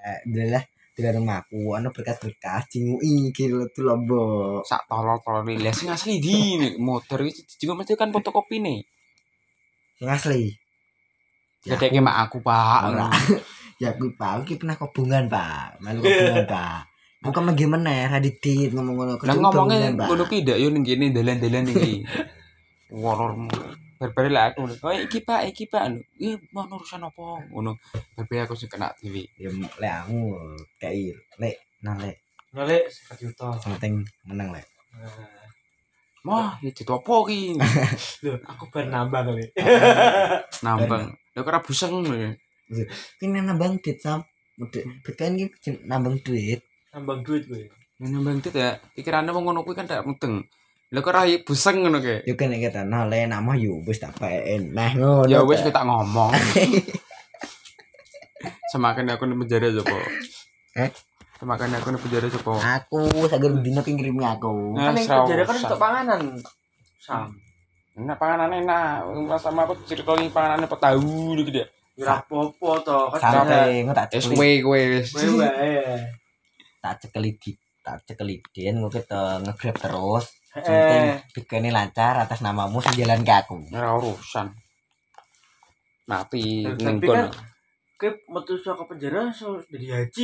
eh, gila lah dilarang maku anu berkas-berkas cingu ih gila tuh lobo sak tolol tolol rilis sing asli di nih, motor itu juga mesti kan fotokopi nih yang asli ya, mak aku pak Ora. ya aku pak aku pernah kobongan pak malu kobongan pak bukan bagaimana radit ngomong ngomong lah ngomongnya kudu tidak yo ning kene dalan-dalan iki warormu berbeda lah aku oh iki pak iki pak lho iki mau urusan apa ngono berbeda aku sing kena TV ya lek aku kayak lek nah lek Nolak sekat juta. penting menang lek Nah, wah ya apa ki Loh, aku bernambah kali. nambang ya kira buseng lho. ini nambang duit sam Udah, Bitcoin ini jen- nambang duit Nambang duit gue. Ya, nambang tit ya pikirannya wong ngono kuwi kan tidak mudeng lha kok ra buseng ngono ke Yo kene kita nah le nama yo wis tak paen nah ngono. ya wis kita ngomong semakin aku di penjara coba Eh? semakin aku di penjara coba aku sagar dino pinggirmi aku. Nah, Kan yang serau- kerja kan serau. untuk panganan. Sam. Enak panganan enak. Pas sama aku ceritain panganan apa tahu gitu dia. Ya popo to. Kan Sampai engko tak Es cekeli, kue kue wes. Wewe ya. tak cekeli di tak cekeli den engko kita nge-grab terus. Eh, Penting Bitcoin ini lancar atas namamu sejalan ke aku. Ora urusan. Mati Tapi ning kan- kono. ke metu saka penjara so jadi haji.